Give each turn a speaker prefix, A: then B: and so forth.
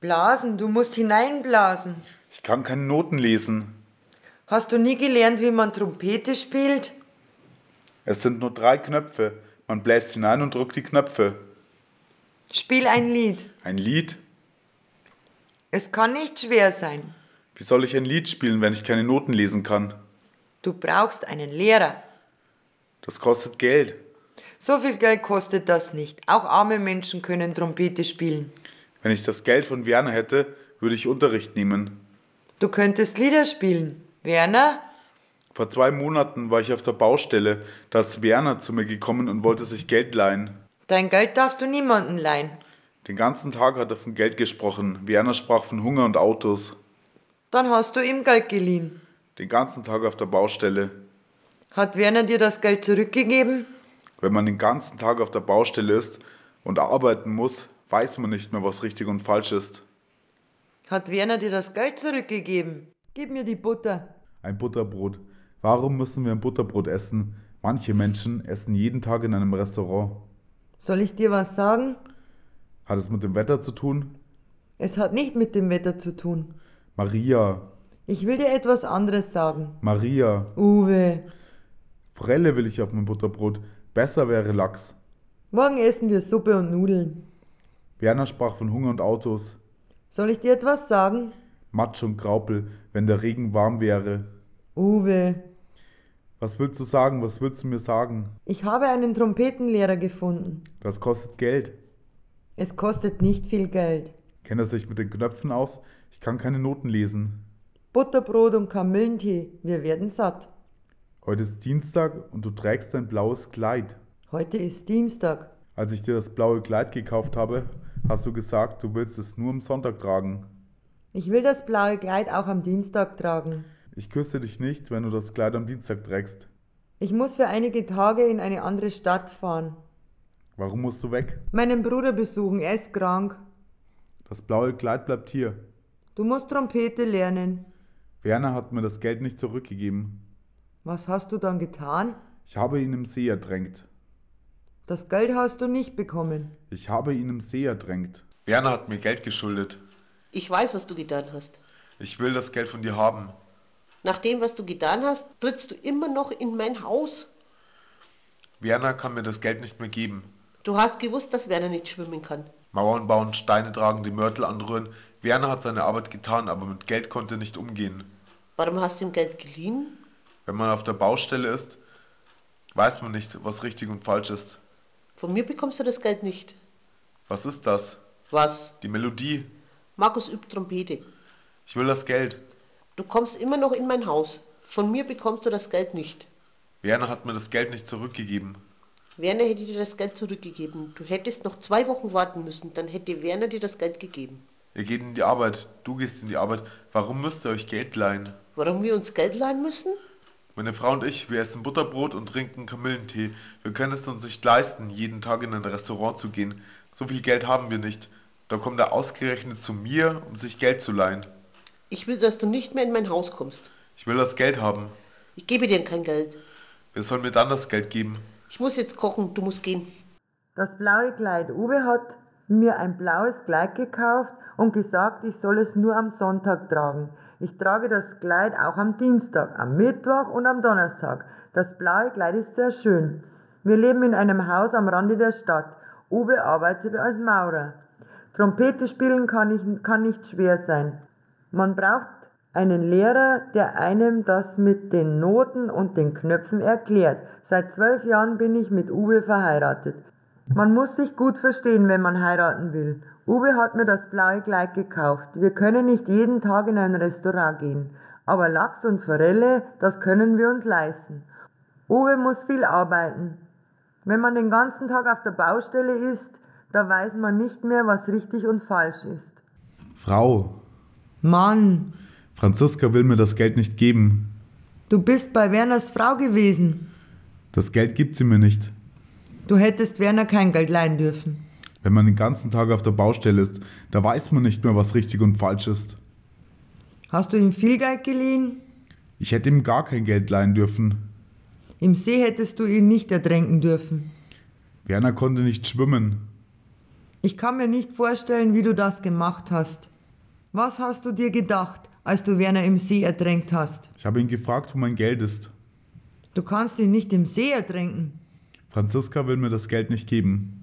A: Blasen, du musst hineinblasen.
B: Ich kann keine Noten lesen.
A: Hast du nie gelernt, wie man Trompete spielt?
B: Es sind nur drei Knöpfe. Man bläst hinein und drückt die Knöpfe.
A: Spiel ein Lied.
B: Ein Lied?
A: Es kann nicht schwer sein.
B: Wie soll ich ein Lied spielen, wenn ich keine Noten lesen kann?
A: Du brauchst einen Lehrer.
B: Das kostet Geld.
A: So viel Geld kostet das nicht. Auch arme Menschen können Trompete spielen.
B: Wenn ich das Geld von Werner hätte, würde ich Unterricht nehmen.
A: Du könntest Lieder spielen. Werner?
B: Vor zwei Monaten war ich auf der Baustelle. Da ist Werner zu mir gekommen und wollte sich Geld leihen.
A: Dein Geld darfst du niemanden leihen.
B: Den ganzen Tag hat er von Geld gesprochen. Werner sprach von Hunger und Autos.
A: Dann hast du ihm Geld geliehen.
B: Den ganzen Tag auf der Baustelle.
A: Hat Werner dir das Geld zurückgegeben?
B: Wenn man den ganzen Tag auf der Baustelle ist und arbeiten muss, weiß man nicht mehr, was richtig und falsch ist.
A: Hat Werner dir das Geld zurückgegeben? Gib mir die Butter.
B: Ein Butterbrot. Warum müssen wir ein Butterbrot essen? Manche Menschen essen jeden Tag in einem Restaurant.
A: Soll ich dir was sagen?
B: Hat es mit dem Wetter zu tun?
A: Es hat nicht mit dem Wetter zu tun.
B: Maria,
A: Ich will dir etwas anderes sagen.
B: Maria,
A: Uwe,
B: Forelle will ich auf mein Butterbrot. Besser wäre Lachs.
A: morgen essen wir Suppe und Nudeln.
B: Werner sprach von Hunger und Autos.
A: Soll ich dir etwas sagen?
B: Matsch und Graupel, wenn der Regen warm wäre.
A: Uwe,
B: Was willst du sagen? Was willst du mir sagen?
A: ich habe einen Trompetenlehrer gefunden.
B: Das kostet Geld.
A: Es kostet nicht viel Geld.
B: Kennt er sich mit den Knöpfen aus? Ich kann keine Noten lesen.
A: Butterbrot und Kamillentee, wir werden satt.
B: Heute ist Dienstag und du trägst dein blaues Kleid.
A: Heute ist Dienstag.
B: Als ich dir das blaue Kleid gekauft habe, hast du gesagt, du willst es nur am Sonntag tragen.
A: Ich will das blaue Kleid auch am Dienstag tragen.
B: Ich küsse dich nicht, wenn du das Kleid am Dienstag trägst.
A: Ich muss für einige Tage in eine andere Stadt fahren.
B: Warum musst du weg?
A: Meinen Bruder besuchen, er ist krank.
B: Das blaue Kleid bleibt hier.
A: Du musst Trompete lernen.
B: Werner hat mir das Geld nicht zurückgegeben.
A: Was hast du dann getan?
B: Ich habe ihn im See ertränkt.
A: Das Geld hast du nicht bekommen.
B: Ich habe ihn im See ertränkt. Werner hat mir Geld geschuldet.
C: Ich weiß, was du getan hast.
B: Ich will das Geld von dir haben.
C: Nach dem, was du getan hast, trittst du immer noch in mein Haus.
B: Werner kann mir das Geld nicht mehr geben.
C: Du hast gewusst, dass Werner nicht schwimmen kann.
B: Mauern bauen, Steine tragen, die Mörtel anrühren. Werner hat seine Arbeit getan, aber mit Geld konnte er nicht umgehen.
C: Warum hast du ihm Geld geliehen?
B: Wenn man auf der Baustelle ist, weiß man nicht, was richtig und falsch ist.
C: Von mir bekommst du das Geld nicht.
B: Was ist das?
C: Was?
B: Die Melodie.
C: Markus übt Trompete.
B: Ich will das Geld.
C: Du kommst immer noch in mein Haus. Von mir bekommst du das Geld nicht.
B: Werner hat mir das Geld nicht zurückgegeben.
C: Werner hätte dir das Geld zurückgegeben. Du hättest noch zwei Wochen warten müssen, dann hätte Werner dir das Geld gegeben.
B: Ihr geht in die Arbeit, du gehst in die Arbeit. Warum müsst ihr euch Geld leihen?
C: Warum wir uns Geld leihen müssen?
B: Meine Frau und ich, wir essen Butterbrot und trinken Kamillentee. Wir können es uns nicht leisten, jeden Tag in ein Restaurant zu gehen. So viel Geld haben wir nicht. Da kommt er ausgerechnet zu mir, um sich Geld zu leihen.
C: Ich will, dass du nicht mehr in mein Haus kommst.
B: Ich will das Geld haben.
C: Ich gebe dir kein Geld.
B: Wer soll mir dann das Geld geben?
C: Ich muss jetzt kochen, du musst gehen.
A: Das blaue Kleid. Uwe hat mir ein blaues Kleid gekauft und gesagt, ich soll es nur am Sonntag tragen. Ich trage das Kleid auch am Dienstag, am Mittwoch und am Donnerstag. Das blaue Kleid ist sehr schön. Wir leben in einem Haus am Rande der Stadt. Uwe arbeitet als Maurer. Trompete spielen kann, ich, kann nicht schwer sein. Man braucht einen Lehrer, der einem das mit den Noten und den Knöpfen erklärt. Seit zwölf Jahren bin ich mit Uwe verheiratet. Man muss sich gut verstehen, wenn man heiraten will. Uwe hat mir das blaue Kleid gekauft. Wir können nicht jeden Tag in ein Restaurant gehen. Aber Lachs und Forelle, das können wir uns leisten. Uwe muss viel arbeiten. Wenn man den ganzen Tag auf der Baustelle ist, da weiß man nicht mehr, was richtig und falsch ist.
B: Frau,
A: Mann,
B: Franziska will mir das Geld nicht geben.
A: du bist bei Werners Frau gewesen.
B: Das Geld gibt sie mir nicht.
A: Du hättest Werner kein Geld leihen dürfen.
B: Wenn man den ganzen Tag auf der Baustelle ist, da weiß man nicht mehr, was richtig und falsch ist.
A: Hast du ihm viel Geld geliehen?
B: Ich hätte ihm gar kein Geld leihen dürfen.
A: Im See hättest du ihn nicht ertränken dürfen.
B: Werner konnte nicht schwimmen.
A: Ich kann mir nicht vorstellen, wie du das gemacht hast. Was hast du dir gedacht, als du Werner im See ertränkt hast?
B: Ich habe ihn gefragt, wo mein Geld ist.
A: Du kannst ihn nicht im See ertränken.
B: Franziska will mir das Geld nicht geben.